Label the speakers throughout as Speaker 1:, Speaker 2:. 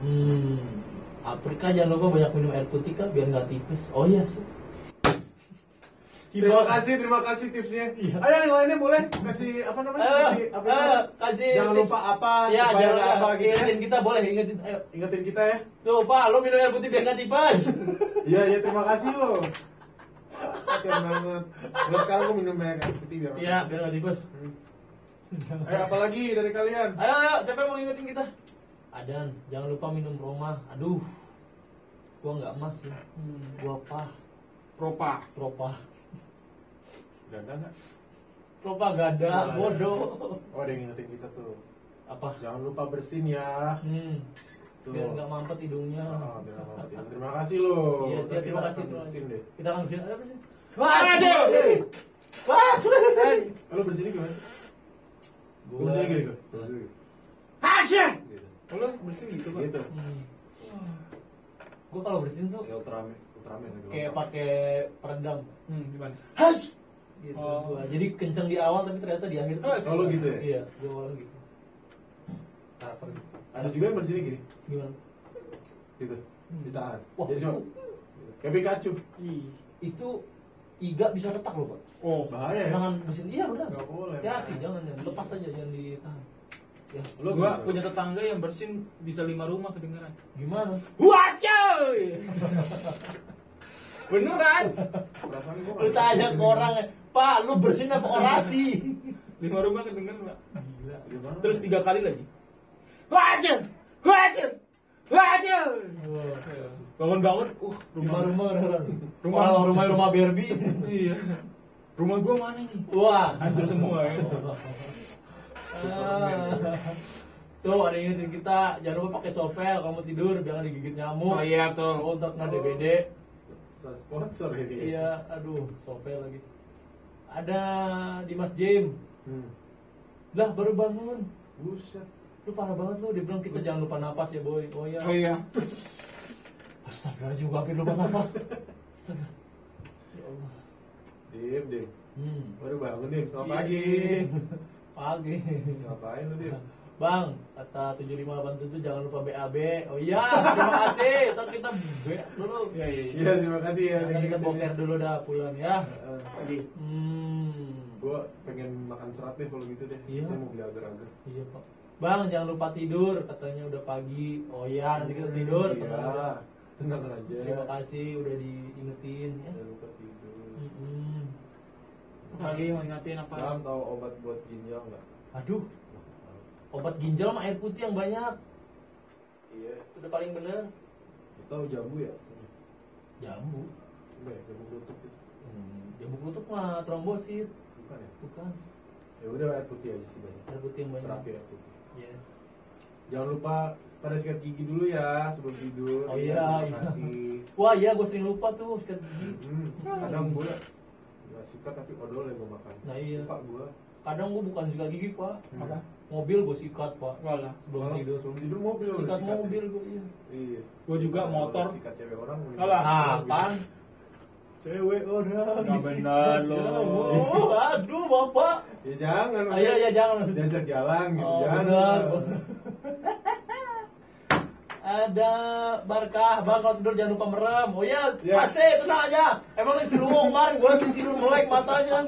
Speaker 1: Hmm, Afrika jangan lupa banyak minum air putih kak biar nggak tipis. Oh iya sih.
Speaker 2: Terima kasih, terima kasih tipsnya. Ayo yang lainnya boleh kasih apa namanya? kasih, apa, namanya?
Speaker 1: Eh, Ah, kasih.
Speaker 2: jangan lupa apa,
Speaker 1: Ya
Speaker 2: supaya
Speaker 1: jangan
Speaker 2: apa
Speaker 1: lupa Iya.
Speaker 2: gitu ya.
Speaker 1: ingetin kita boleh ingetin. Ayo.
Speaker 2: Ingetin kita ya.
Speaker 1: Tuh pak, lo minum air putih biar nggak tipes.
Speaker 2: Iya, iya terima kasih lo. Keren banget. Terus sekarang aku minum air putih biar.
Speaker 1: Iya, biar nggak tipes.
Speaker 2: Ayo apalagi Eh, dari kalian?
Speaker 1: Ayo, ayo, siapa yang mau ingetin kita? Adan, jangan lupa minum Roma. Aduh, gua nggak emas ya. Gua pah,
Speaker 2: Hmm. Propa.
Speaker 1: propa,
Speaker 2: Ganda nggak? Iya.
Speaker 1: propaganda, bodoh.
Speaker 2: Oh, ada yang ngingetin kita tuh.
Speaker 1: Apa?
Speaker 2: Jangan lupa bersin ya.
Speaker 1: Hmm,
Speaker 2: Tuh.
Speaker 1: biar nggak mampet hidungnya.
Speaker 2: Ah, biar nggak mati. terima kasih lo.
Speaker 1: Iya, sih,
Speaker 2: Nanti
Speaker 1: terima
Speaker 2: kita
Speaker 1: kasih.
Speaker 2: akan Bersin deh.
Speaker 1: Kita akan bersin. Ada bersin. Wah, ada. Wah, sudah.
Speaker 2: Eh, Lo bersinnya gimana? sih? Lo
Speaker 1: Gua-
Speaker 2: bersinnya gini tuh. Bersin gitu. Gitu. Oh, Lo bersin gitu kan? Gitu.
Speaker 1: Hmm. Gua kalau bersin tuh
Speaker 2: Kayak Ultraman, Ultraman gitu.
Speaker 1: kayak pakai peredam.
Speaker 2: Hmm, gimana?
Speaker 1: Has. Gitu
Speaker 2: Oh.
Speaker 1: gua. Jadi kenceng di awal tapi ternyata di akhir. tuh-
Speaker 2: Oh, selalu gitu ya?
Speaker 1: Iya, gua awalnya gitu. Karakter gitu.
Speaker 2: Ada juga yang bersini gini,
Speaker 1: Gimana? Hmm.
Speaker 2: gitu. Ditahan.
Speaker 1: Wah,
Speaker 2: Jadi cuma
Speaker 1: itu.
Speaker 2: kayak Pikachu.
Speaker 1: Itu iga bisa retak loh, Pak.
Speaker 2: Oh, bahaya ya.
Speaker 1: Tangan bersin. Iya, benar.
Speaker 2: Nggak boleh.
Speaker 1: Hati-hati, jangan jangan lepas aja jangan ditahan. Ya,
Speaker 2: Lo
Speaker 3: gua
Speaker 2: gimana?
Speaker 3: punya tetangga yang bersin bisa lima rumah kedengeran
Speaker 1: gimana?
Speaker 3: wah coy beneran
Speaker 2: perasaan gua
Speaker 1: Lu tanya ke orang,
Speaker 3: ya.
Speaker 1: "Pak, lu bersin apa orasi?"
Speaker 3: lima rumah kedengeran pak
Speaker 1: Gila.
Speaker 2: Gimana?
Speaker 3: terus tiga kali lagi wah coy wah coy wah coy bangun bangun uh rumah
Speaker 1: Rumah rumah orang.
Speaker 3: Rumah.
Speaker 1: Orang rumah rumah Barbie.
Speaker 3: iya rumah gua mana nih
Speaker 1: Wah,
Speaker 3: hancur semua ya
Speaker 1: Ah. Tuh ada yang ingetin kita, jangan lupa pakai sovel kamu tidur, jangan digigit nyamuk.
Speaker 3: oh iya tuh
Speaker 1: Kalau ntar kena DBD.
Speaker 2: Bisa sponsor ini.
Speaker 1: Iya, aduh, sovel lagi. Ada Dimas Jim.
Speaker 2: Hmm.
Speaker 1: Lah baru bangun.
Speaker 2: Buset.
Speaker 1: Lu parah banget lu, dia bilang kita jangan lupa napas ya, boy. Oh iya.
Speaker 3: oh iya
Speaker 1: Astagfirullahaladzim, gua hampir lupa napas. Astaga. Ya Allah.
Speaker 2: Dim, Dim.
Speaker 1: Hmm.
Speaker 2: Baru bangun Dim, selamat
Speaker 1: Iya.
Speaker 2: pagi.
Speaker 1: Pagi.
Speaker 2: Ngapain lu Dim?
Speaker 1: Bang, kata 7587 jangan lupa BAB. Oh iya, terima kasih. Ntar kita B dulu.
Speaker 3: iya iya iya.
Speaker 2: Iya, terima kasih ya.
Speaker 1: Nanti kita boker dulu dah pulang ya.
Speaker 2: Heeh.
Speaker 1: Hmm.
Speaker 2: Gua pengen makan serat deh kalau gitu deh.
Speaker 1: Iya.
Speaker 2: Saya mau beli agar-agar.
Speaker 1: Iya, Pak. Bang, jangan lupa tidur, katanya udah pagi. Oh iya, nanti kita tidur.
Speaker 2: Iya.
Speaker 1: tenang aja.
Speaker 2: Tenang aja.
Speaker 1: Terima kasih udah diingetin ya. Hmm.
Speaker 2: Jangan lupa tidur.
Speaker 1: Mm-mm.
Speaker 3: lagi mau ingatin apa
Speaker 2: Kamu tahu obat buat ginjal nggak?
Speaker 1: Aduh, obat ginjal mah air putih yang banyak.
Speaker 2: Iya.
Speaker 1: Udah paling bener.
Speaker 2: Tahu jambu ya?
Speaker 1: Jambu.
Speaker 2: Enggak ya, jambu kerutuk gitu.
Speaker 1: Hmm, jambu kelutuk mah trombosit.
Speaker 2: Bukan ya?
Speaker 1: Bukan,
Speaker 2: Ya udah air putih aja sih banyak.
Speaker 1: air putih yang banyak.
Speaker 2: Terapi air putih.
Speaker 1: Yes.
Speaker 2: Jangan lupa pada sikat gigi dulu ya sebelum tidur.
Speaker 1: Oh iya,
Speaker 2: Terima
Speaker 1: iya.
Speaker 2: kasih.
Speaker 1: Wah iya, gue sering lupa tuh sikat gigi.
Speaker 2: Hmm, kadang gue nggak sikat tapi odol yang gue makan.
Speaker 1: Nah, iya.
Speaker 2: Pak gue.
Speaker 1: Kadang gue bukan sikat gigi pak,
Speaker 2: Hmm.
Speaker 1: Apa? mobil gue sikat pak.
Speaker 3: Walah,
Speaker 1: Sebelum tidur.
Speaker 2: Sebelum tidur mobil. lu
Speaker 1: Sikat
Speaker 2: ya.
Speaker 1: mobil gue iya.
Speaker 2: Iya.
Speaker 3: Gua juga
Speaker 2: Kalau
Speaker 3: motor.
Speaker 2: Sikat cewek orang.
Speaker 3: Alah,
Speaker 1: Ah,
Speaker 2: Apaan?
Speaker 1: apaan? Cewek orang.
Speaker 3: nggak
Speaker 1: disikat.
Speaker 3: bener lo
Speaker 1: Oh, aduh bapak.
Speaker 2: Ya jangan.
Speaker 1: Ah, iya, iya, jangan.
Speaker 2: Jajak jalan gitu.
Speaker 1: Oh,
Speaker 2: jangan.
Speaker 1: bener, bener. Ada Barkah, bang kalau tidur jangan lupa merem. Oh iya,
Speaker 2: Ya.
Speaker 1: pasti tenang aja. Emang si Luwo kemarin gue lagi tidur melek matanya.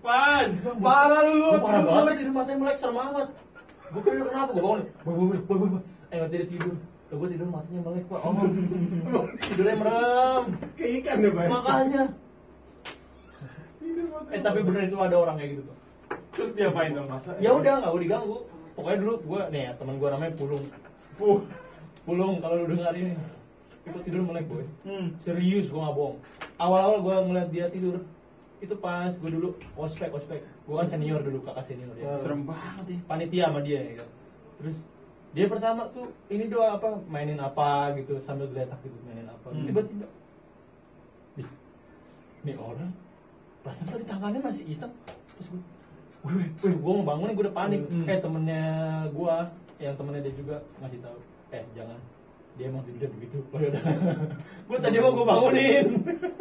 Speaker 3: pan
Speaker 2: Parah lu.
Speaker 1: Gue parah banget tidur matanya melek serem amat. Gue kira kenapa gue bangun. Boy boy boy boy boy. Eh nggak jadi tidur. Lah gue tidur matanya melek pak. Oh tidurnya merem.
Speaker 2: Kayak ikan ya, deh
Speaker 1: Eh.
Speaker 2: pak.
Speaker 1: Makanya.
Speaker 2: Tidur motor.
Speaker 1: Eh tapi bener itu ada orang kayak gitu pak.
Speaker 3: terus diapain dong masa
Speaker 1: Ya udah nggak gue diganggu. Pokoknya dulu gue nih ya, teman gue namanya Pulung. Puh. Pulung kalau lu dengar ini. Itu tidur melek boy.
Speaker 3: hmm
Speaker 1: Serius gue nggak bohong. Awal-awal gue ngeliat dia tidur.
Speaker 3: itu pas gue dulu ospek ospek gue kan senior dulu kakak senior ya
Speaker 2: Hmm.
Speaker 4: serem banget ya
Speaker 3: panitia sama dia ya kan. terus dia pertama tuh ini doa apa mainin apa gitu sambil geletak gitu mainin apa terus
Speaker 4: Hmm.
Speaker 3: tiba-tiba nih nih orang perasaan tadi tangannya masih iseng terus gue wih wih wih gue mau bangun gue udah panik
Speaker 4: Hmm.
Speaker 3: eh temennya gue yang temennya dia juga ngasih tahu eh jangan dia emang tidurnya begitu oh yaudah gue tadi mau gue bangunin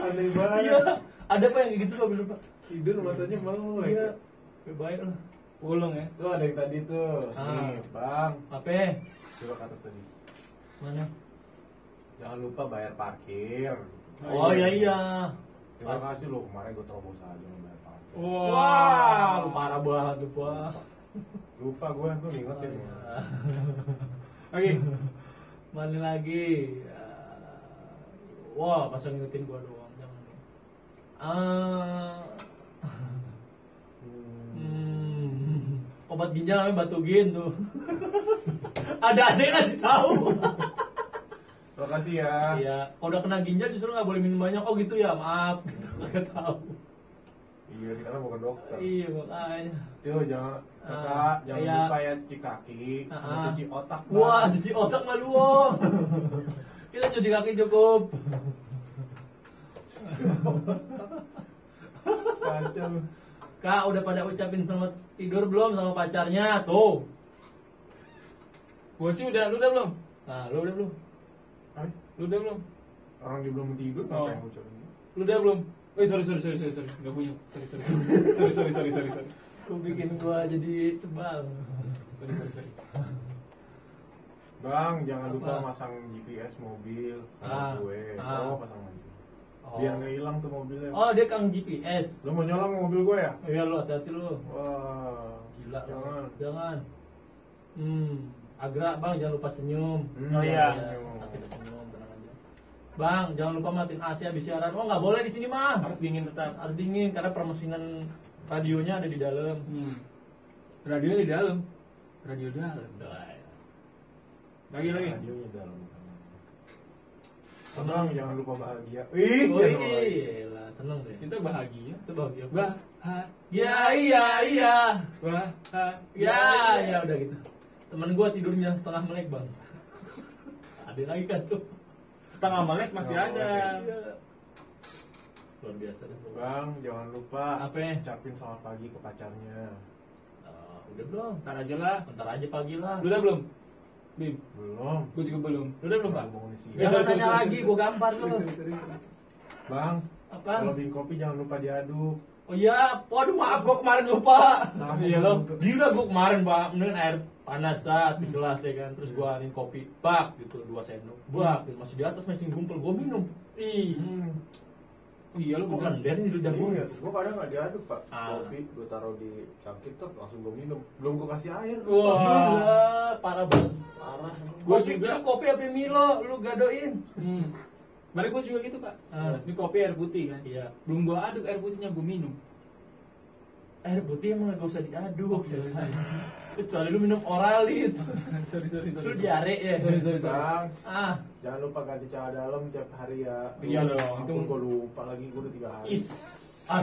Speaker 2: Aneh
Speaker 3: iya
Speaker 2: banget.
Speaker 3: ada apa yang kayak gitu gue lupa
Speaker 2: Tidur matanya melek.
Speaker 3: iya lebih baik lah
Speaker 4: bolong ya
Speaker 2: Tuh ada yang tadi tuh.
Speaker 3: Ah.
Speaker 2: Nih, bang,
Speaker 3: apa ya?
Speaker 2: coba ke atas tadi.
Speaker 3: mana
Speaker 2: Jangan lupa bayar parkir.
Speaker 3: Oh iya iya.
Speaker 2: Terima kasih loh kemarin gue terobos aja nggak bayar parkir.
Speaker 3: Oh. Wah, lu parah banget tuh gua.
Speaker 2: Lupa gue, gue
Speaker 3: Oh,
Speaker 2: ngingetin.
Speaker 3: iya.
Speaker 4: oke
Speaker 3: Mana lagi? Ya. Wah, pasal ngikutin gua doang, jangan. dong. Ah. Hmm. Obat ginjal namanya Batugin tuh. Ada aja yang ngasih tahu.
Speaker 2: Terima kasih ya.
Speaker 3: Iya, kalau udah kena ginjal justru nggak boleh minum banyak. Oh gitu ya, maaf. Gitu, Nggak tahu.
Speaker 2: Iya, kita kan bukan dokter.
Speaker 3: Iya makanya.
Speaker 2: Tuh jangan kakak
Speaker 3: Ah,
Speaker 2: jangan
Speaker 3: iya.
Speaker 2: lupa ya cuci kaki, sama
Speaker 3: Ah.
Speaker 2: cuci otak. Bang.
Speaker 3: Wah, cuci otak malu. Om. Kita cuci kaki cukup.
Speaker 2: kacau.
Speaker 3: Kak, udah pada ucapin selamat tidur belum sama pacarnya? Tuh.
Speaker 4: gua sih udah lu udah belum
Speaker 3: Nah, lu udah belum?
Speaker 2: Ay,
Speaker 4: lu udah belum
Speaker 2: orang dia belum tidur
Speaker 4: Oh.
Speaker 2: ngapain ngucapin ini?
Speaker 4: lu udah belum Eh sorry sorry sorry sorry sorry nggak punya sorry sorry sorry sorry sorry sorry sorry
Speaker 3: Lu bikin gua jadi sebal.
Speaker 4: sorry sorry sorry
Speaker 2: Bang, jangan lupa
Speaker 3: Apa?
Speaker 2: masang GPS mobil
Speaker 3: Ah.
Speaker 2: sama gue.
Speaker 3: Ah.
Speaker 2: Oh, pasang mobil. Biar nggak hilang tuh mobilnya.
Speaker 3: Oh, dia Kang GPS.
Speaker 2: Lo mau nyolong mobil gue ya?
Speaker 3: Iya lu hati-hati lu.
Speaker 2: Wah,
Speaker 3: Gila lu.
Speaker 2: Jangan.
Speaker 3: Jangan. Hmm, agra Bang jangan lupa senyum.
Speaker 2: Hmm,
Speaker 4: Oh, iya.
Speaker 2: senyum.
Speaker 3: Tapi udah senyum tenang aja. Bang, jangan lupa matiin AC habis siaran. Oh, nggak boleh di sini, mah.
Speaker 4: harus dingin tetap
Speaker 3: harus dingin karena permesinan radionya ada di dalam
Speaker 4: hmm. radio di dalam radio dalam lagi lagi
Speaker 2: Radionya dalam. Bang,
Speaker 3: ya.
Speaker 2: jangan lupa bahagia. Ih,
Speaker 3: oh
Speaker 2: jangan bahagia.
Speaker 3: iya seneng deh
Speaker 4: kita bahagia
Speaker 3: itu bahagia
Speaker 4: bahagia
Speaker 3: ya iya iya
Speaker 4: bahagia
Speaker 3: ya ya udah gitu temen gua tidurnya setengah melek bang ada lagi kan tuh
Speaker 4: setengah melek masih
Speaker 2: Setengah
Speaker 4: ada
Speaker 2: melek,
Speaker 3: Iya. luar biasa deh Bang.
Speaker 2: Bang, jangan lupa
Speaker 3: Apa?
Speaker 2: ucapin selamat pagi ke pacarnya.
Speaker 3: Ah, udah belum
Speaker 4: ntar aja lah
Speaker 3: bentar aja pagi lah
Speaker 4: lu udah belum bim
Speaker 2: Belum.
Speaker 4: gue juga belum lu udah belum pak
Speaker 2: Baru bangun siang.
Speaker 4: Eh,
Speaker 3: Jangan
Speaker 4: sorry,
Speaker 3: tanya
Speaker 4: sorry, sorry,
Speaker 3: Ya, lagi,
Speaker 4: sorry.
Speaker 3: gua gampar lu.
Speaker 2: Bang,
Speaker 3: Apa?
Speaker 2: kalau bikin kopi jangan lupa diaduk.
Speaker 3: Oh iya, waduh maaf gua kemarin lupa.
Speaker 2: Salah
Speaker 4: Iya, lo.
Speaker 2: duduk.
Speaker 3: Gila gue kemarin pak, mendingan air panas saat di gelas ya kan Terus gue angin kopi, bak gitu, dua sendok Bak, gitu. masih di atas masih gumpel, gue minum
Speaker 4: ih
Speaker 2: Hmm.
Speaker 4: iya lu
Speaker 3: Gue
Speaker 4: bukan
Speaker 3: kan dari di lidah gue
Speaker 2: Iya, gua kadang nggak diaduk pak.
Speaker 3: Ah.
Speaker 2: Kopi gua taruh di cangkir tuh langsung gua minum. Belum gua kasih air.
Speaker 4: Wah.
Speaker 3: Gila, parah banget
Speaker 2: Parah.
Speaker 3: Gue
Speaker 4: Gua juga.
Speaker 3: juga Iya kopi apa Milo, lu gadoin
Speaker 4: hmm. balik gue juga gitu pak
Speaker 3: Ah.
Speaker 4: ini kopi air putih kan
Speaker 3: Iya,
Speaker 4: belum gue aduk air putihnya gue minum
Speaker 3: air putih emang gak usah
Speaker 4: Oh,
Speaker 3: diaduk
Speaker 4: iya.
Speaker 3: Kecuali lu minum oralit
Speaker 4: sorry sorry
Speaker 3: Lu diare ya
Speaker 4: sorry sorry sorry
Speaker 2: Bang,
Speaker 3: Ah,
Speaker 2: jangan lupa ganti cara dalam tiap hari ya.
Speaker 4: Iya, dong.
Speaker 2: Itu
Speaker 4: Itu-
Speaker 2: gua lupa lagi gua udah tiga hari.
Speaker 4: is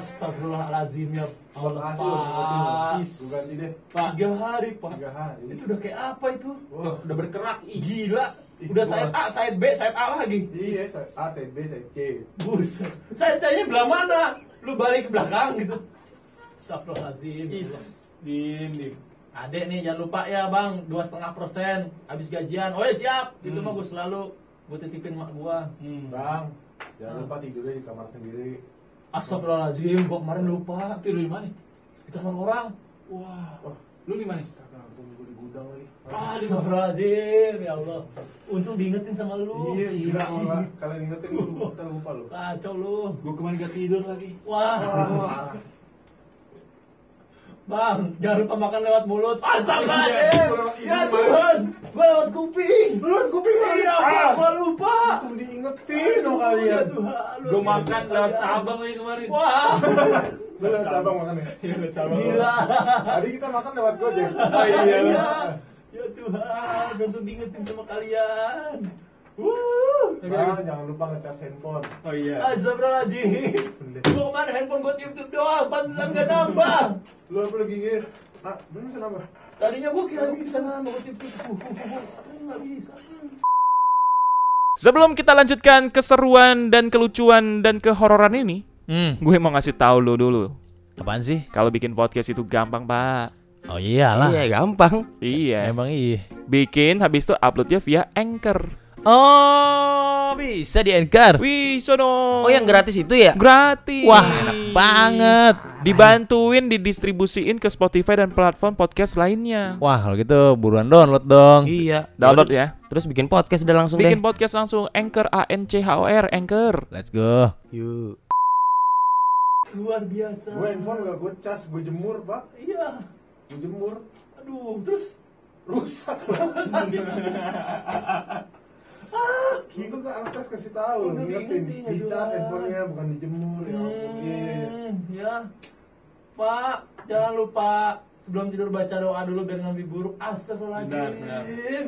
Speaker 3: astagfirullahaladzim ya
Speaker 2: Terima
Speaker 3: Allah
Speaker 2: kasih loh, terima kasih loh.
Speaker 3: Pak
Speaker 4: Is.
Speaker 2: Gua ganti deh.
Speaker 4: pak
Speaker 3: Tiga hari pak
Speaker 2: Tiga hari.
Speaker 3: Itu udah kayak apa itu?
Speaker 2: Wah.
Speaker 4: udah berkerak ih
Speaker 3: Gila, udah saya A, saya B, saya A lagi.
Speaker 2: Iya, set A, set B, set C.
Speaker 3: Buset. Saya cahaya belah mana? Lu balik ke belakang gitu. Astagfirullahaladzim.
Speaker 4: is dim dim
Speaker 3: Adek nih jangan lupa ya bang, dua setengah persen habis gajian. Oh siap, itu
Speaker 4: Hmm.
Speaker 3: mah gue selalu gue titipin mak gua.
Speaker 4: hmm.
Speaker 2: Bang, jangan
Speaker 3: Ah.
Speaker 2: lupa tidurnya di kamar sendiri.
Speaker 3: Astagfirullahaladzim, gua kemarin lupa
Speaker 4: tidur di mana
Speaker 3: di kamar orang.
Speaker 4: wah
Speaker 2: Wah,
Speaker 4: lu di mana
Speaker 2: kakak aku gua di gudang lagi.
Speaker 3: Astagfirullahaladzim, ya Allah. Untung diingetin sama lu.
Speaker 2: Iya, gila. gila. Kalian ingetin gua lupa, lupa loh.
Speaker 3: Kacau lu.
Speaker 4: gue kemarin gak tidur lagi
Speaker 3: Wah,
Speaker 2: Parah.
Speaker 3: Bang, jangan lupa makan lewat mulut. Astagfirullahaladzim.
Speaker 2: Iya,
Speaker 3: Ya
Speaker 2: iya,
Speaker 3: Tuhan, gua lewat kuping.
Speaker 2: Lu harus kuping lu.
Speaker 3: Iya, Pak, gua lupa.
Speaker 2: Aku diingetin dong kalian.
Speaker 3: Ya
Speaker 4: gue makan
Speaker 3: Kan,
Speaker 4: lewat cabang lagi kemarin
Speaker 3: Wah,
Speaker 2: Lu lihat cabang makan ya.
Speaker 4: Iya, lewat cabang
Speaker 3: gila.
Speaker 2: Tadi kita makan lewat gojek.
Speaker 4: Oh, iya.
Speaker 3: Ya Tuhan, untuk diingetin sama kalian.
Speaker 2: Bang, jangan lupa ngecas handphone.
Speaker 4: Oh
Speaker 2: Ya.
Speaker 4: iya.
Speaker 3: Astagfirullahaladzim Gua kemarin handphone gua tiup-tiup doang Pantesan gak nambah
Speaker 2: Lu apa lagi gini? Nak, Nah, belum bisa nambah.
Speaker 3: Tadinya gua kira gua bisa nambah Gua tiup-tiup Huh, huh, huh, huh. Ternyata nggak bisa
Speaker 5: Sebelum kita lanjutkan keseruan dan kelucuan dan kehororan ini,
Speaker 1: Hmm,
Speaker 5: gue mau ngasih tahu lo dulu.
Speaker 1: apaan sih?
Speaker 5: Kalau bikin podcast itu gampang, Pak.
Speaker 1: Oh iyalah.
Speaker 6: Iya gampang.
Speaker 4: kan?
Speaker 5: Iya.
Speaker 1: Emang iya.
Speaker 5: Bikin habis itu uploadnya via Anchor.
Speaker 1: Oh, bisa di Anchor.
Speaker 5: Wih, sono.
Speaker 6: Oh yang gratis itu ya?
Speaker 5: gratis.
Speaker 1: Wah, enak banget.
Speaker 5: Dibantuin didistribusiin ke Spotify dan platform podcast lainnya.
Speaker 1: Wah, kalau gitu buruan download dong.
Speaker 6: Iya.
Speaker 5: Download ya.
Speaker 6: Terus bikin podcast udah langsung
Speaker 5: Bikin
Speaker 6: deh.
Speaker 5: podcast langsung Anchor A N C H O R Anchor.
Speaker 1: Let's go.
Speaker 6: Yuk.
Speaker 3: Luar biasa
Speaker 2: Gue handphone gak gue cas, gue jemur, Pak.
Speaker 3: Iya
Speaker 2: Gue jemur.
Speaker 3: Aduh terus
Speaker 2: Rusak. Itu kan anak cas kasih tahu,
Speaker 3: Udah
Speaker 2: ngingetin.
Speaker 3: diingetin,
Speaker 2: Dicas
Speaker 3: aduh.
Speaker 2: handphonenya bukan dijemur ya.
Speaker 4: Hmm.
Speaker 2: ampun. Iya.
Speaker 3: Hmm, ya. Pak, jangan lupa sebelum tidur baca doa dulu biar nggak mimpi buruk.
Speaker 4: Benar, benar.
Speaker 3: Astagfirullahaladzim.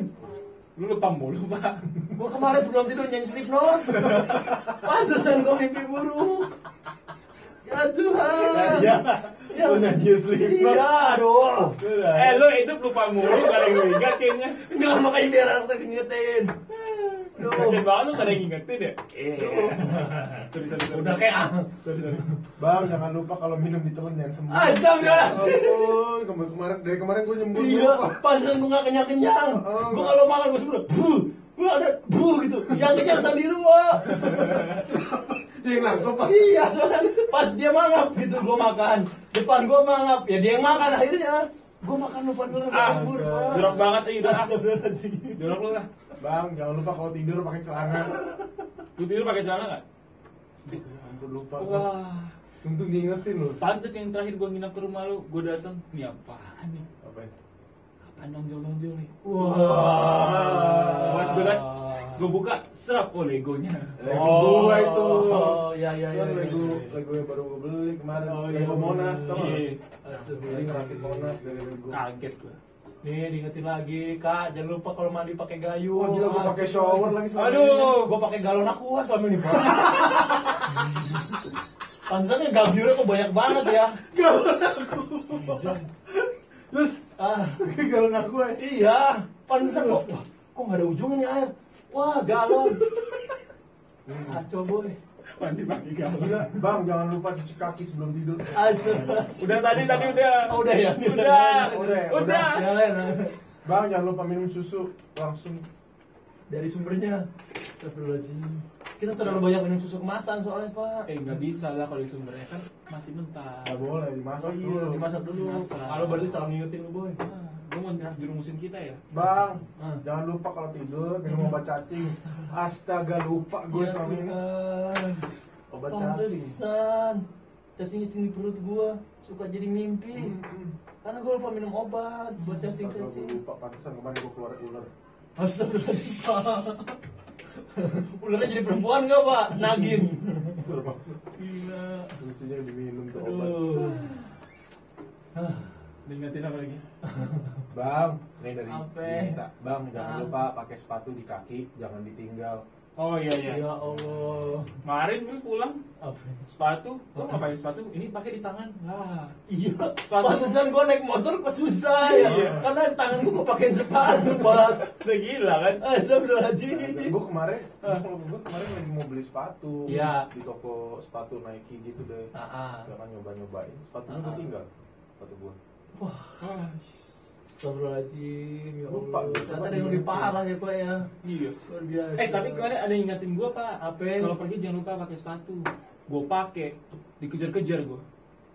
Speaker 4: Lu lupa mulu, Pak.
Speaker 3: Gua kemarin sebelum tidur nyanyi sleep note. Pantesan gua mimpi buruk. Ya Tuhan.
Speaker 2: Iya.
Speaker 3: Ya.
Speaker 2: Lu nyanyi sleep note.
Speaker 3: Iya, aduh.
Speaker 4: Eh, lu hidup lupa mulu, gak ada yang ngingat kayaknya.
Speaker 3: Enggak makanya biar aku ngingetin.
Speaker 4: Kasian
Speaker 3: Aduh. Iya,
Speaker 4: banget lu gak ada yang ngingetin ya. Sorry, sorry, sorry.
Speaker 3: Udah kayak ah.
Speaker 4: Sorry, sorry.
Speaker 2: Bang, jangan lupa kalau minum ditelan jangan sembuh. Ya
Speaker 3: Astagfirullahaladzim.
Speaker 2: Ampun, kemarin kemarin dari kemarin gue nyembuh.
Speaker 3: Iya,
Speaker 2: Pak.
Speaker 3: pantesan gua gak kenyang-kenyang.
Speaker 2: Oh,
Speaker 3: Gua
Speaker 2: enggak.
Speaker 3: kalau makan gua sebenernya, buh, gua ada buh gitu. Yang kenyang sendiri gua.
Speaker 2: Dia yang nangkep, Pak.
Speaker 3: iya, soalnya pas dia mangap gitu gua makan. Depan gua mangap, ya dia yang makan akhirnya. Gua makan lupa dulu,
Speaker 4: Ah,
Speaker 3: kabur.
Speaker 4: jorok banget eh, udah. ah.
Speaker 3: Astagfirullahaladzim.
Speaker 4: Jorok lu lah.
Speaker 2: Bang, jangan lupa kalau tidur pakai celana. Ya
Speaker 4: Lu tidur pakai celana enggak?
Speaker 2: Ampun lupa. gua.
Speaker 4: Wah,
Speaker 2: Untung diingetin loh.
Speaker 4: pantes yang terakhir gua nginap ke rumah lu, gua datang, nih apaan nih?
Speaker 2: Apa ini?
Speaker 4: Apaan nonjol-nonjol nih?
Speaker 3: Wah.
Speaker 4: Pas gua liat, gua buka, serap oh legonya.
Speaker 2: Lego gua itu.
Speaker 3: Oh, iya, iya, iya.
Speaker 2: Kan
Speaker 3: iya.
Speaker 2: Lego, Lego yang baru gue beli kemarin.
Speaker 4: Oh, iya.
Speaker 2: Lego Monas, tau nggak?
Speaker 4: Iya.
Speaker 2: Jadi ngerakit Monas dari Lego.
Speaker 4: Kaget gua.
Speaker 3: Nih, diingetin lagi, Kak. Jangan lupa kalau mandi pakai gayung.
Speaker 2: Wah Oh, gila gue pakai shower lagi selama ini.
Speaker 4: Aduh,
Speaker 3: Gua pakai galon aqua selama ini, Pak. Pantesan ya gabiurnya kok banyak banget ya.
Speaker 2: Terus
Speaker 3: Ah,
Speaker 2: galon aku eh.
Speaker 3: iya. Pantesan kok, wah, kok nggak ada ujungnya nih air. Wah, galon. Kacau boy.
Speaker 4: mandi pakai galon.
Speaker 2: Gila, Bang jangan lupa cuci kaki sebelum tidur.
Speaker 3: Asyik.
Speaker 4: Udah tadi tadi udah.
Speaker 3: Oh, udah ya?
Speaker 4: Udah.
Speaker 2: Udah,
Speaker 4: Udah.
Speaker 2: udah.
Speaker 3: Jalan.
Speaker 2: Bang jangan lupa minum susu langsung.
Speaker 3: Dari sumbernya. Astagfirullahaladzim. Kita terlalu banyak minum susu kemasan soalnya, Pak.
Speaker 4: Eh nggak bisa lah kalau di sumbernya kan masih mentah.
Speaker 2: Gak Ah, boleh
Speaker 3: Oh
Speaker 2: dimasak
Speaker 3: iya,
Speaker 2: dulu.
Speaker 3: dimasak dulu.
Speaker 4: Dimasak.
Speaker 3: Kalau berarti salah ngingetin lu, Boy.
Speaker 4: Ah, Lu mau jerumusin kita ya?
Speaker 2: Bang,
Speaker 3: Ah.
Speaker 2: jangan lupa kalau tidur minum obat cacing. Astaga lupa gue
Speaker 3: Ya
Speaker 2: selama ini.
Speaker 3: Tuhan.
Speaker 2: Obat cacing.
Speaker 3: Pantesan Cacing-cacing di perut gua Suka jadi mimpi
Speaker 2: Mm-mm.
Speaker 3: Karena gua lupa minum obat Buat
Speaker 2: Astaga, gue
Speaker 3: cacing-cacing
Speaker 2: lupa pantesan kemarin gue keluar ular.
Speaker 3: Astagfirullahaladzim Pak. Ularnya jadi perempuan gak pak? Nagin
Speaker 2: Seru banget.
Speaker 3: Gila
Speaker 2: Mestinya diminum tuh obat.
Speaker 3: Aduh
Speaker 4: Diingetin apa lagi?
Speaker 2: Bang, ini dari
Speaker 3: Apa?
Speaker 2: Nita. Bang, jangan
Speaker 3: Ah.
Speaker 2: lupa pakai sepatu di kaki, jangan ditinggal.
Speaker 4: Oh iya iya.
Speaker 3: Ya Allah
Speaker 4: Kemarin gue pulang
Speaker 3: Apa?
Speaker 4: sepatu, gue nggak pakai sepatu, ini pakai di tangan. Lah,
Speaker 3: Iya,
Speaker 4: Sepatu.
Speaker 3: pantesan gua naik motor kok susah ya
Speaker 4: Iya.
Speaker 3: Karena tangan gua kepakein sepatu pak
Speaker 4: udah gila kan?
Speaker 3: Astagfirullahaladzim
Speaker 2: Gue kemarin, gue kemarin lagi mau beli sepatu
Speaker 3: Iya.
Speaker 2: di toko sepatu Nike gitu deh.
Speaker 3: Ah, ah.
Speaker 2: Gak kan nyoba-nyobain, sepatunya
Speaker 3: Ah, ah.
Speaker 2: ketinggal. Sepatu gue.
Speaker 4: Wah,
Speaker 3: Astagfirullahaladzim ya
Speaker 2: Lupa
Speaker 3: Allah
Speaker 2: gua,
Speaker 3: Ternyata ada
Speaker 2: coba
Speaker 3: yang lebih
Speaker 2: diingetin.
Speaker 3: parah ya pak ya
Speaker 4: iya.
Speaker 3: Luar biasa.
Speaker 4: Eh tapi kemarin ada yang ingetin gue pak,
Speaker 3: Apa?
Speaker 4: kalau pergi jangan lupa pakai sepatu. Gue pakai, dikejar-kejar gue.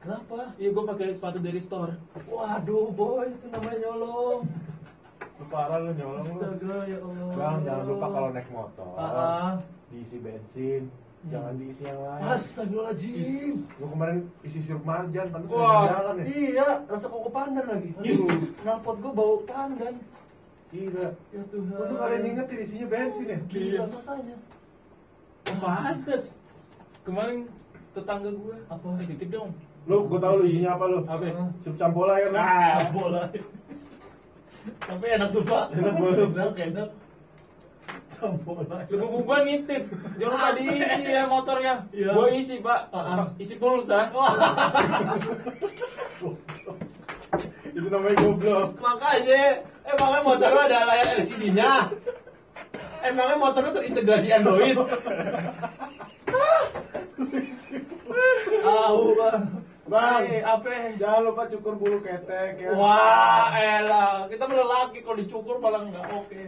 Speaker 3: Kenapa?
Speaker 4: Iya gue pakai sepatu dari store.
Speaker 3: Waduh, boy, itu namanya nyolong.
Speaker 2: Lu parah lu nyolong lu.
Speaker 3: Astaga, ya Allah.
Speaker 2: Bang, jangan lupa kalau naik motor,
Speaker 3: Ah, Hmm.
Speaker 2: diisi bensin, jangan diisi yang lain.
Speaker 3: ah. Astagfirullahaladzim.
Speaker 2: Gue kemarin isi sirup marjan, pantas
Speaker 4: Wah,
Speaker 2: jalan ya.
Speaker 3: Iya, rasa koko pandan lagi.
Speaker 2: Aduh.
Speaker 3: Knalpot gua bau pandan.
Speaker 2: Gila.
Speaker 3: Ya Tuhan.
Speaker 2: Untung kalian ingetin isinya bensin ya.
Speaker 3: Gila katanya.
Speaker 4: Pantes. Kemarin tetangga gue,
Speaker 3: Apa?
Speaker 4: Eh, titip dong.
Speaker 2: Lu, gue tau lu isinya apa lu.
Speaker 4: Apa?
Speaker 2: Sup cambola ya kan?
Speaker 4: Ah,
Speaker 3: bola. Tapi enak tuh, Pak. Enak banget. Enak, enak. Sombong lah.
Speaker 4: Sepupu gua nitip, jangan lupa diisi ya motornya.
Speaker 3: Iya.
Speaker 4: Gua isi pak,
Speaker 3: Ah, ah.
Speaker 4: isi pulsa.
Speaker 2: Itu namanya goblok.
Speaker 3: Makanya, emangnya motor lu ada layar LCD-nya? Emangnya motor lu terintegrasi Android? Ah, Au, Bang.
Speaker 2: Bang,
Speaker 3: Eh, apa?
Speaker 2: jangan lupa cukur bulu ketek ya.
Speaker 3: Wah, elah. Kita mah lelaki kalau dicukur malah nggak oke.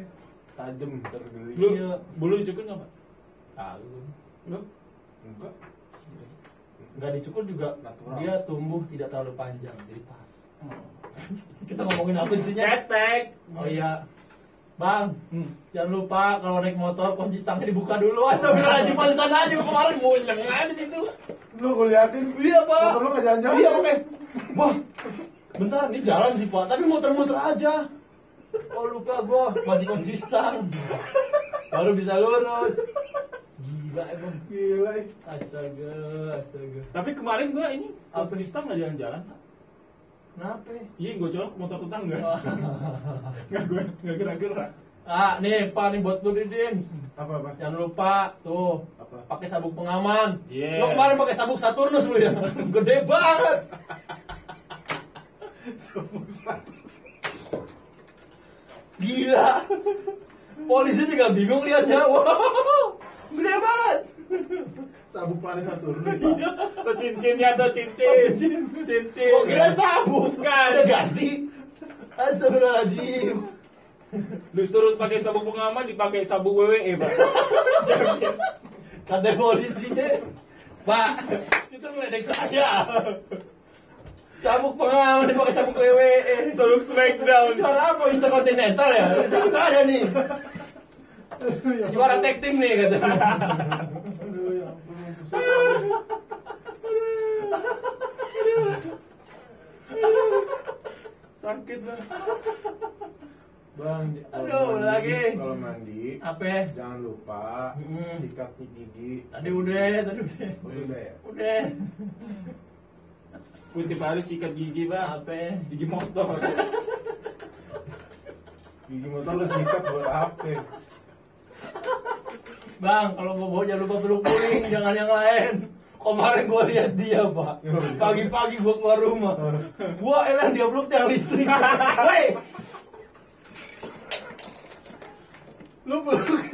Speaker 2: Tajam tergeli.
Speaker 4: Lu, bulu dicukur Iya, nggak pak?
Speaker 3: Kalau
Speaker 4: Lu?
Speaker 2: Enggak.
Speaker 3: nggak dicukur juga
Speaker 2: Natural.
Speaker 3: dia tumbuh tidak terlalu panjang, jadi pas. Hmm. Eh, Kita ngomongin apa sih? Nyet?
Speaker 4: Cetek.
Speaker 3: Oh iya. Bang, hmm, jangan lupa kalau naik motor kunci stangnya dibuka dulu. Astagfirullahaladzim, pantesan aja gua kemarin ngunyeng aja di situ.
Speaker 2: Lu gue liatin.
Speaker 3: Iya, Pak.
Speaker 2: Motor lu nggak jalan-jalan.
Speaker 3: Iya, Pak. Wah, bentar ini jalan sih, Pak, tapi muter-muter aja. Oh, lupa gua masih kunci stang. Baru bisa lurus. Gila emang.
Speaker 2: Gila. ih.
Speaker 3: Astaga, astaga.
Speaker 4: Tapi kemarin gua ini
Speaker 3: Apa?
Speaker 4: apa sistem nggak jalan-jalan? Pak.
Speaker 3: Kenapa?
Speaker 4: Iya, gua colok motor tetangga. Nggak gua nggak gerak-gerak.
Speaker 3: Ah, nih, Pak, nih buat lu, Didin.
Speaker 2: Apa apa?
Speaker 3: Jangan lupa tuh
Speaker 2: Apa?
Speaker 3: pakai sabuk pengaman.
Speaker 4: Iya.
Speaker 3: Lo kemarin pakai sabuk Saturnus lu ya. Gede banget. Gila. Polisi juga bingung lihatnya. Wow. Gede banget.
Speaker 2: Sabuk planet satu.
Speaker 4: Tuh cincinnya tuh Oh, cincin, cincin.
Speaker 3: Kok kira sabuk?
Speaker 4: Bukan.
Speaker 3: Ada ganti. Astagfirullahaladzim.
Speaker 4: Lu suruh pakai sabuk pengaman dipakai sabuk WWE, Pak. Jamin.
Speaker 3: Kata polisinya. Pak, itu ngeledek saya. Sabuk pengaman dipakai sabuk WWE.
Speaker 4: Sabuk Smackdown.
Speaker 3: Juara apa Intercontinental ya? Saya juga ada nih. Juara tag team nih kata.
Speaker 2: Aduh, ya ampun.
Speaker 4: Sakit lah.
Speaker 2: Bang, j- kalau
Speaker 3: Aduh,
Speaker 2: mandi-
Speaker 3: lagi.
Speaker 2: Kalau mandi,
Speaker 3: Apa?
Speaker 2: jangan lupa
Speaker 3: Mm-mm.
Speaker 2: sikat di gigi.
Speaker 3: Tadi udah, tadi udah.
Speaker 2: Udah ya.
Speaker 3: Udah.
Speaker 4: Putih harus sikat gigi, Pak.
Speaker 3: Apa?
Speaker 4: Gigi motor.
Speaker 2: Gigi motor lu sikat buat apa?
Speaker 3: Bang, kalau gua bawa jangan lupa peluk kuning, jangan yang lain. Kemarin gua lihat dia, Pak. Pagi-pagi gua keluar rumah. Gua elah dia peluk tiang listrik. Woi.
Speaker 2: Lu peluk.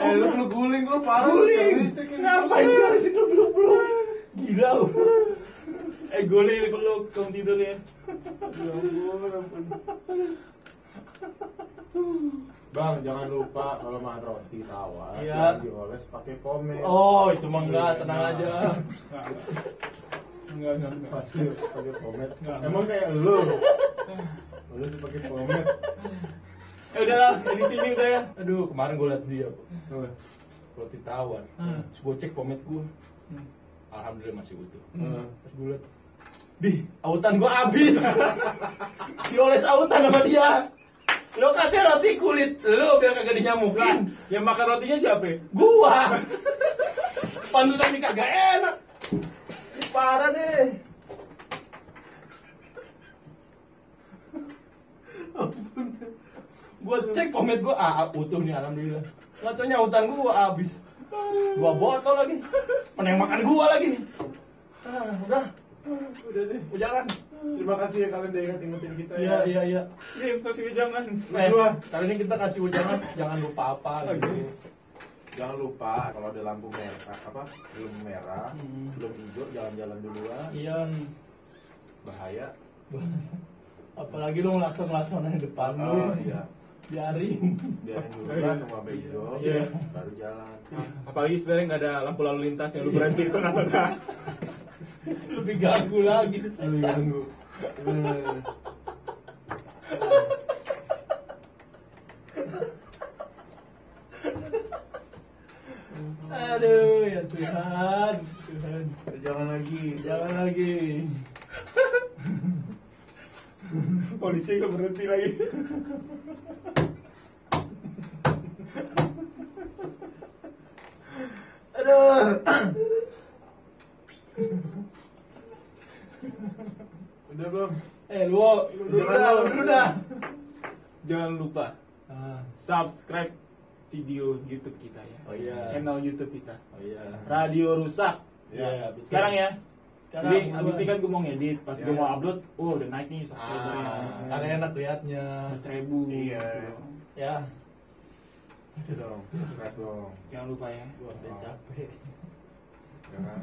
Speaker 2: Eh, lu peluk guling lu parah.
Speaker 3: Guling. Ngapain dia listrik lu peluk-peluk? Gila lu.
Speaker 4: eh, guling perlu kamu tidur ya.
Speaker 2: Ya ampun, ampun. Bang, jangan lupa kalau makan roti tawar,
Speaker 3: Iya.
Speaker 2: jangan dioles pakai pomade. Iya,
Speaker 3: Oh, itu mah enggak, tenang aja.
Speaker 4: Enggak, enggak, enggak.
Speaker 2: pasti pakai pomade. Emang kayak lu. Lu sih pakai pomade.
Speaker 4: Eh, udah lah, di sini udah ya.
Speaker 3: Aduh, kemarin gue liat dia,
Speaker 2: Apa?
Speaker 3: roti tawar. Terus gue cek pomet gue. Alhamdulillah masih utuh.
Speaker 2: Hmm.
Speaker 3: Terus gue liat, Dih, autan gue habis. Dioles autan sama dia. Lo katanya roti kulit lo biar kagak dinyamukin.
Speaker 4: Yang makan rotinya siapa? ya?
Speaker 3: Gua. Pantusan ini kagak enak. Ih, Parah deh. Ampun. gua cek pomet gua ah, ah, utuh nih alhamdulillah. Katanya hutan gua habis. Dua botol lagi. Penembakan gua lagi. Ah, udah,
Speaker 2: Udah deh.
Speaker 3: gua jalan.
Speaker 2: Terima kasih ya kalian udah ingat-ingatin kita ya.
Speaker 3: Iya, iya, iya.
Speaker 4: Lim, kasih jangan.
Speaker 3: Eh,
Speaker 2: Gua.
Speaker 3: kali ini kita kasih ujangan jangan lupa apa gitu.
Speaker 2: Jangan lupa kalau ada lampu merah apa belum merah,
Speaker 3: Hmm.
Speaker 2: belum hijau jalan-jalan duluan
Speaker 3: Iya.
Speaker 2: bahaya.
Speaker 3: Apalagi lu ngelakson-ngelakson yang depan lu.
Speaker 2: Oh iya,
Speaker 3: biarin
Speaker 2: biarin duluan nunggu sampai hijau,
Speaker 4: Iya.
Speaker 2: baru jalan.
Speaker 4: Apalagi sebenarnya nggak ada lampu lalu lintas yang lu berhenti itu tengah-tengah.
Speaker 3: lebih ganggu lagi
Speaker 2: Aduh, ganggu. Bener.
Speaker 3: aduh ya Tuhan Tuhan
Speaker 2: Jangan lagi.
Speaker 3: jangan lagi
Speaker 4: Polisi nggak berhenti lagi.
Speaker 3: aduh
Speaker 2: Udah belum?
Speaker 3: eh lu lu dulu dah lu dulu dah
Speaker 4: Jangan lupa eh,
Speaker 3: Ah,
Speaker 4: subscribe video YouTube kita ya.
Speaker 1: Oh iya.
Speaker 4: Channel YouTube kita.
Speaker 1: Oh iya.
Speaker 4: Radio rusak.
Speaker 1: Iya, betul.
Speaker 4: Sekarang ya.
Speaker 1: Sekarang
Speaker 4: Jadi
Speaker 1: buruan.
Speaker 4: abis ini kan gue mau ngedit, pas
Speaker 1: Iya.
Speaker 4: gue mau upload, oh udah naik nih subscribernya.
Speaker 1: Ah, karena enak liatnya.
Speaker 4: seribu. gitu
Speaker 2: Iya.
Speaker 1: Ya.
Speaker 2: Itu dong, subscribe dong.
Speaker 4: Jangan lupa ya.
Speaker 1: Gua udah capek.
Speaker 2: Jangan.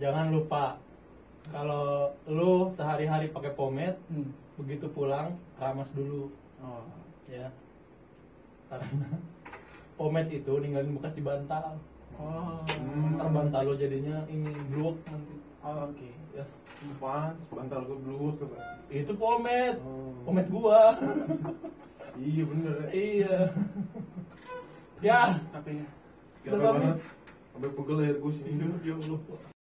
Speaker 1: Jangan lupa kalau lu sehari-hari pakai pomade,
Speaker 4: Hmm.
Speaker 1: begitu pulang keramas dulu
Speaker 4: Oh.
Speaker 1: ya. Karena pomade itu ninggalin bekas di bantal.
Speaker 4: Oh.
Speaker 1: Ntar bantal lo jadinya ini blok nanti.
Speaker 4: Oh, Oke.
Speaker 1: Ya.
Speaker 2: Apaan? Bantal gue blus coba.
Speaker 1: Itu pomade.
Speaker 2: Oh.
Speaker 1: Pomade gua.
Speaker 2: Iya bener ya.
Speaker 1: iya. Ya.
Speaker 4: Capek ya.
Speaker 2: Capek banget. Sampai pegel leher gue sini.
Speaker 1: Ya Allah.